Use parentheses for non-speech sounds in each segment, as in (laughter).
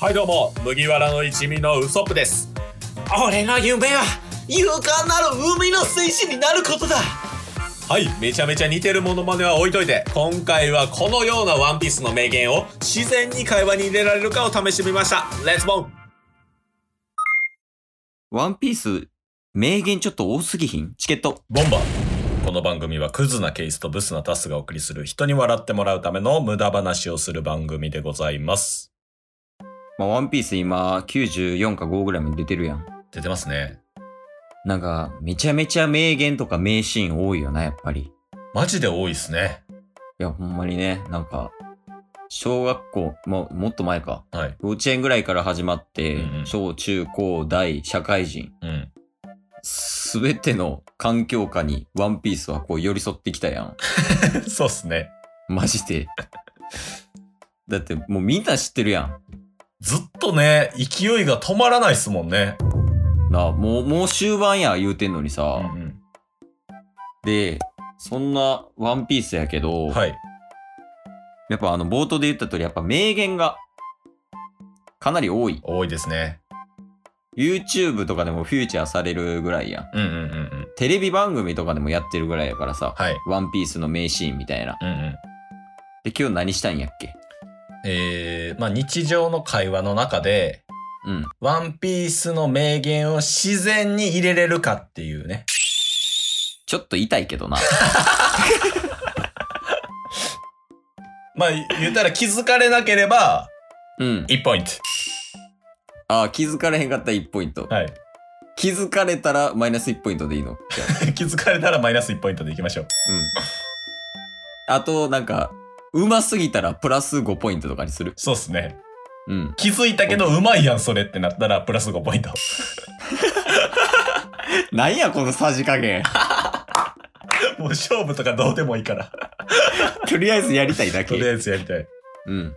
はいどうも麦わらの一味のウソップです俺の夢は勇敢なる海の戦士になることだはいめちゃめちゃ似てるモノマネは置いといて今回はこのようなワンピースの名言を自然に会話に入れられるかを試してみましたレッツボンワンピース、名言ちょっと多すぎひんチケット。ボンバーこの番組はクズなケースとブスなタスがお送りする人に笑ってもらうための無駄話をする番組でございます。まあ、ワンピース今、94か5ぐらいまで出てるやん。出てますね。なんか、めちゃめちゃ名言とか名シーン多いよな、やっぱり。マジで多いっすね。いや、ほんまにね、なんか、小学校、もう、もっと前か。はい。幼稚園ぐらいから始まって、うんうん小、中、高、大、社会人、うん。 (laughs) すべての環境下にワンピースはこう寄り添ってきたやん。そうっすね。マジで。だってもうみんな知ってるやん。ずっとね、勢いが止まらないっすもんね。なあ、もう、もう終盤や言うてんのにうさ。んで、そんなワンピースやけうど、ん。はい。やっぱあの冒頭で言った通り、やっぱ名言がかなり多い。多いですね。 YouTube とかでもフューチャーされるぐらいやん。うんうんうんうん。テレビ番組とかでもやってるぐらいやからさ、はい。ワンピースの名シーンみたいな。うんうん。で、今日何したんやっけえー、まあ日常の会話の中で、うん。ワンピースの名言を自然に入れれるかっていうね。ちょっと痛いけ (laughs) どな。まあ言ったら気づかれなければ、うん。 1ポインあー気づかれへんかったら1ポイント。ト。はい。 (laughs) 気づかれたらマイナス1ポイントでいいの。じゃあ気づかれたらマイナス1ポイントでいきましょう。うん。あと、なんか、うますぎたらプラス5ポイントとかにする。そうっすね。うん。気づいたけど、うまいやん、それってなったら、プラス5ポイント。 (laughs) なんや、このさじ加減。もう勝負とかどうでもいいから。 (laughs) とりあえずやりたいだとりあけ。えずやりたい。うん。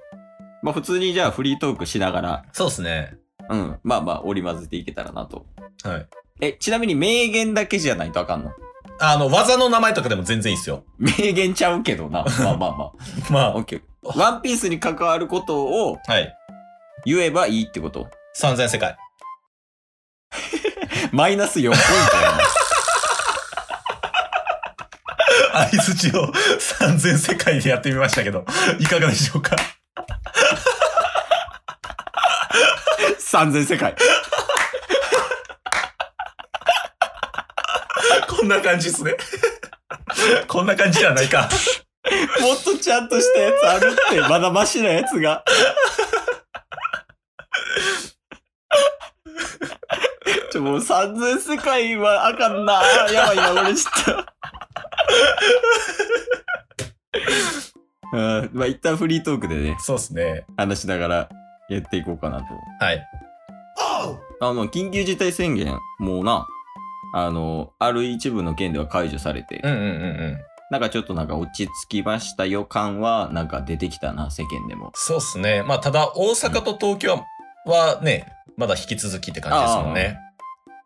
まあ普通にじゃあフリートークしながら、そうっすね。うん。まあまあ織り交ぜていけたらなと。はい。え、ちなみに名言だけじゃないとあかんのあの、技の名前とかでも全然いいっすよ。名言ちゃうけどな。まあまあまあ。まオッケー。ワンピースに関わることをあ、はい。言えばいいってこと (laughs) 三千世界。 (laughs) マイナス4ポイントやな。相づちを三千世界でやってみましたけど、いかがでしょうか (laughs) 3000世界。こんな感じっすね。 (laughs) こんな感じじゃないか。もっとちゃんとしたやつあるって、まだマシなやつが。ちょ、もう3000世界はあかんな。やばいやばい、俺 (laughs) 知った。うんまあ一旦フリートークでね、そうっすね。話しながらやっていこうかなと。はい。あの、緊急事態宣言、もうな、あの、ある一部の県では解除されて、うんうんうんうん。なんかちょっとなんか落ち着きました予感はなんか出てきたな、世間でも。そうっすね。まあ、ただ、大阪と東京ははね、まだ引き続きって感じですもんね。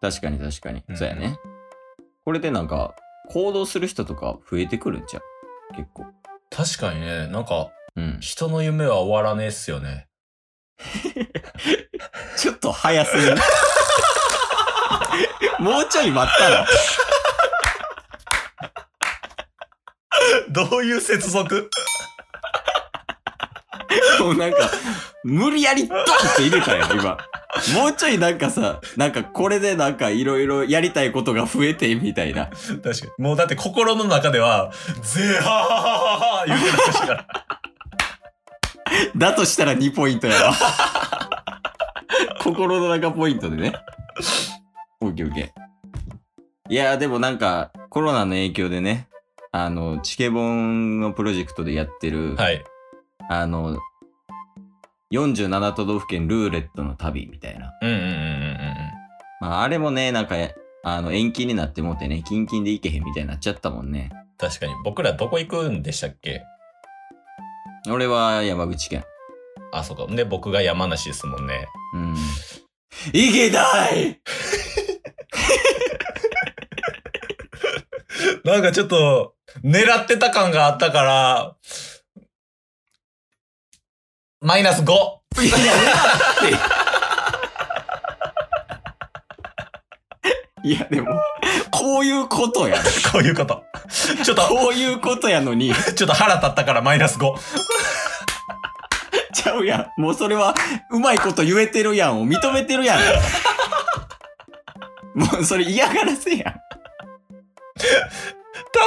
確かに確かに。うんそうやね。これでなんか行動する人とか増えてくるんちゃう結構。確かにね、なんか、うん。人の夢は終わらねえっすよね。 (laughs) ちょっと早すぎる。 (laughs) もうちょい待ったら。 (laughs) どういう接続もうなんか、無理やりドンって入れたやん、今。もうちょいなんかさ、なんかこれでなんかいろいろやりたいことが増えてみたいな。確かに。もうだって心の中では、ぜーははははは言うてましたから。だとしたら2ポイントやわ。 (laughs) 心の中ポイントでね。オッケーオッケー。いやーでもなんかコロナの影響でね、あの、チケボンのプロジェクトでやってる、はい。あの、47都道府県ルーレットの旅みたいな。うんうんうんうんまああれもね、なんか、あの、延期になってもうてね、キンキンで行けへんみたいになっちゃったもんね。確かに。僕らどこ行くんでしたっけ俺は山口県。あ、そうか。で、僕が山梨ですもんね。 (laughs) (laughs) うん。行きたいなんかちょっと、狙ってた感があったから、マイナス 5! いや、いやって。いや、でも、こういうことや。 (laughs) こういうこと。 (laughs) ちょっと、こういうことやのに、ちょっと腹立ったからマイナス5。ちゃうやん。もうそれは、うまいこと言えてるやんを認めてるやん。もうそれ嫌がらせや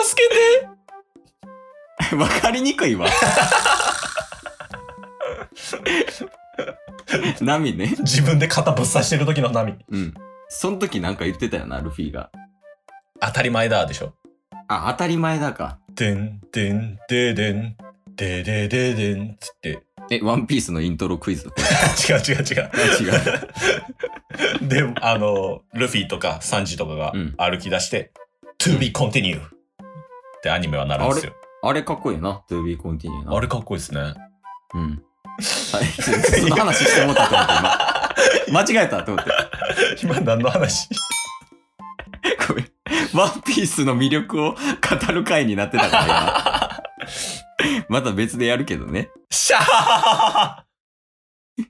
助けてん。わかりにくいわ。波ね。自分で肩ぶっ刺してる時の波。うん。その時なんか言ってたよな、ルフィが。当たり前だでしょ。あ、当たり前だか。でんでんででんででででんつって。違 (laughs) うえ、ワンピースのイントロクイズとか。違う違う。違う。 (laughs) で、あの、ルフィとかサンジとかがうん歩き出して、to be continue ってアニメはなるんですよ。あれかっこいいな。To be continue あな。れかっこいいですね。うん。はい、その話してもうたと思って、 (laughs) 今。間違えたと思って。 (laughs) 今何の (laughs) 話ごめん。ワンピースの魅力を語る回になってたから今、また別でやるけどね。シャー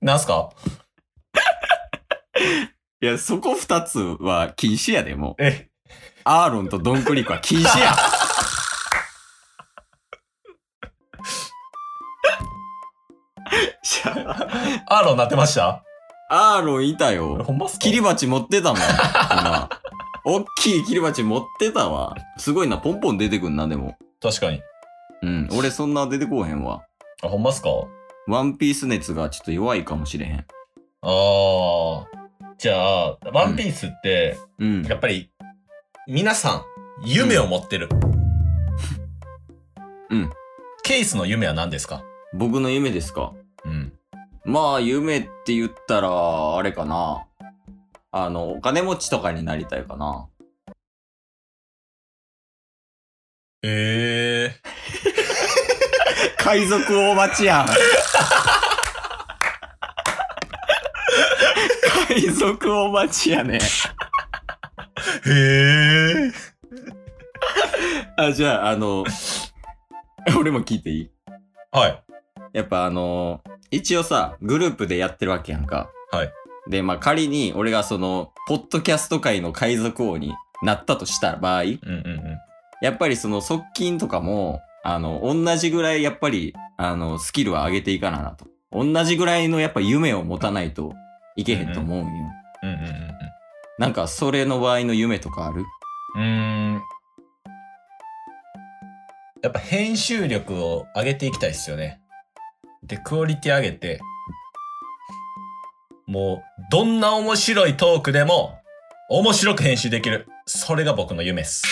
なんすかいや、そこ二つは禁止やで、もう。え、アーロンとドンクリークは禁止 (laughs) や。しゃアーロンなってましたあアーロンいたよ。俺ほんまっすか切り鉢持ってたもん。今おっきい切り鉢持ってたわ。すごいな、ポンポン出てくんな、でも。確かに。うん、俺そんな出てこうへんわ。あ、ほんまっすかワンピース熱がちょっと弱いかもしれへん。あー。じゃあ、ワンピースって、うん。やっぱり、皆さん、夢を持ってる。うん。ケイスの夢は何ですか僕の夢ですか。うん。まあ、夢って言ったら、あれかな。あの、お金持ちとかになりたいかな。ええ海賊王待ちやん。海賊王待ちやね。ー。へえ。あ、じゃあ、あの、俺も聞いていいはい。やっぱあのー一応さ、グループでやってるわけやんか。はい。で、まあ仮に俺がその、ポッドキャスト界の海賊王になったとした場合、うんうんうん。やっぱりその側近とかも、あの、同じぐらいやっぱり、あの、スキルは上げていかななと。同じぐらいのやっぱ夢を持たないといけへんと思うんよ。うんうんなんかそれの場合の夢とかあるうんうん。うーん。やっぱ編集力を上げていきたいっすよね。で、クオリティ上げて、もう、どんな面白いトークでも、面白く編集できる。それが僕の夢っす。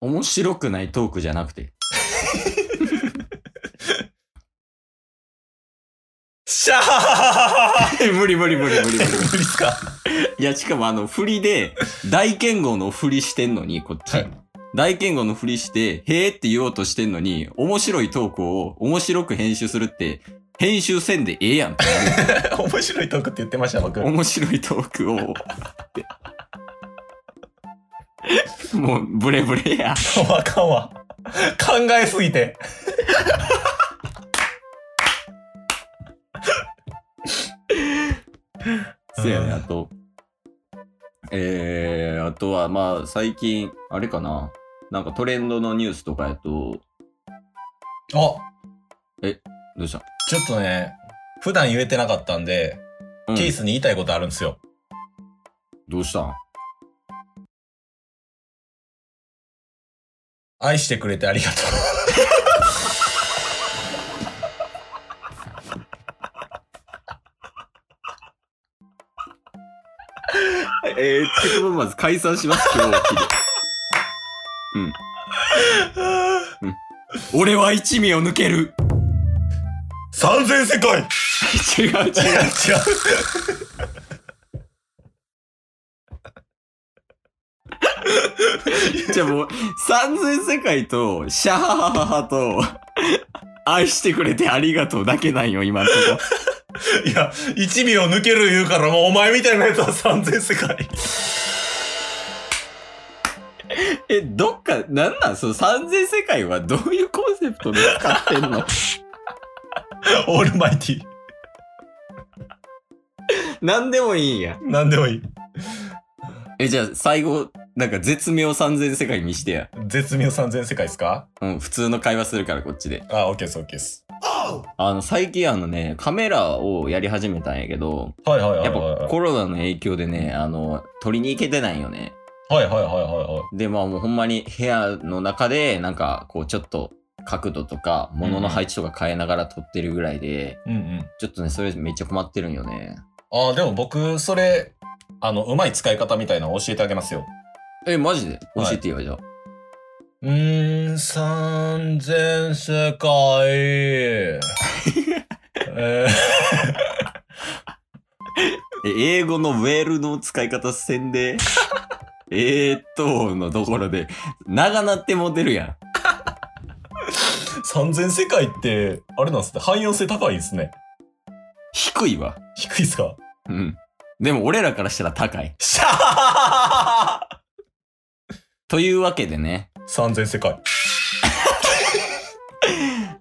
面白くないトークじゃなくて。シャ (laughs) ー (laughs) 無理無理無理無理無理。無理っすかいや、しかもあの、振り (laughs) で、大剣豪の振りしてんのに、こっち。はい大剣豪の振りして、へーって言おうとしてんのに、面白いトークを面白く編集するって、編集せんでええやんって (laughs) なる面白いトークって言ってました僕面白いトークを。もう、ブレブレや。あかんわ考えすぎてそうやね、うんあと。えー、あとは、まあ、最近、あれかな。なんかトレンドのニュースとかやと、あちょどうした、っとね普段言えてなかったんで、うんケースに言いたいことあるんですよどうしたん愛してくれてありがとえー、チケットボンバーズ解散します、今日は切うる。俺は一味を抜ける三千世界違違う違う。うじゃあもう、三千世界と、シャハハハハと、愛してくれてありがとうだけなんよ、今のとこ。いや一味を抜ける言うからもうお前みたいなやつは三千世界 (laughs) え、どっか、なんなんその三千世界はどういうコンセプトで使ってんのオールマイティ。なんでもいいんや。なんでもいい。え、じゃあ最後、なんか絶妙三千世界にしてや。絶妙三千世界ですかうん、普通の会話するからこっちで。あ、オッケーです、オッケーです。あの、最近あのね、カメラをやり始めたんやけど、はいはいはいはやいっはぱコロナの影響でね、あの、撮りに行けてないよね。い。はいはいはいはいはい。で、まあもうほんまに部屋の中で、なんかこうちょっと角度とか、物の配置とか変えながら撮ってるぐらいで、うんうん。ちょっとね、それめっちゃ困ってるんよね。あーでも僕、それ、あの、うまい使い方みたいなの教えてあげますよ。え、マジで教はいえてよ、じゃあ。うーん、三千世 (laughs) 界。えー、え、英語のウェールの使い方せんで、 (laughs) えーっと、のところで、長なってモテるやん。三千世界って、あれなんですね。汎用性高いですね。低いわ。低いっすかうん。でも俺らからしたら高い。しゃーというわけでね、三千世界。、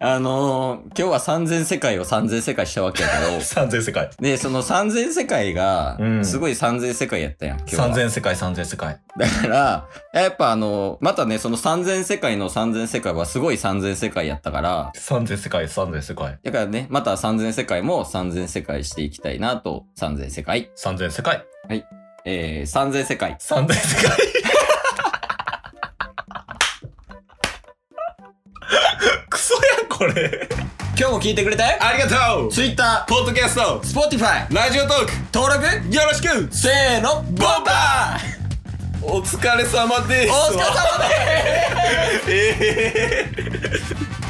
あのー今日は三千世界を三千世界したわけやけど (laughs) 三千世界。で、その三千世界がう、んすごい三千世界やったやん、今日は。三千世界、三千世界。だから、やっぱあのーまたね、その三千世界の三千世界はすごい三千世界やったから、三千世界、三千世界。だからね、また三千世界も三千世界していきたいなと、三千世界。三千世界。えー、三千世界。三千世界。 (laughs) クソやん、これ。今日も聞いてくれてありがとう Twitter、ポッドキャスト Spotify、ラジオトーク登録、よろしくせーの、ボンバーお疲れ様ですお疲れ様ですえー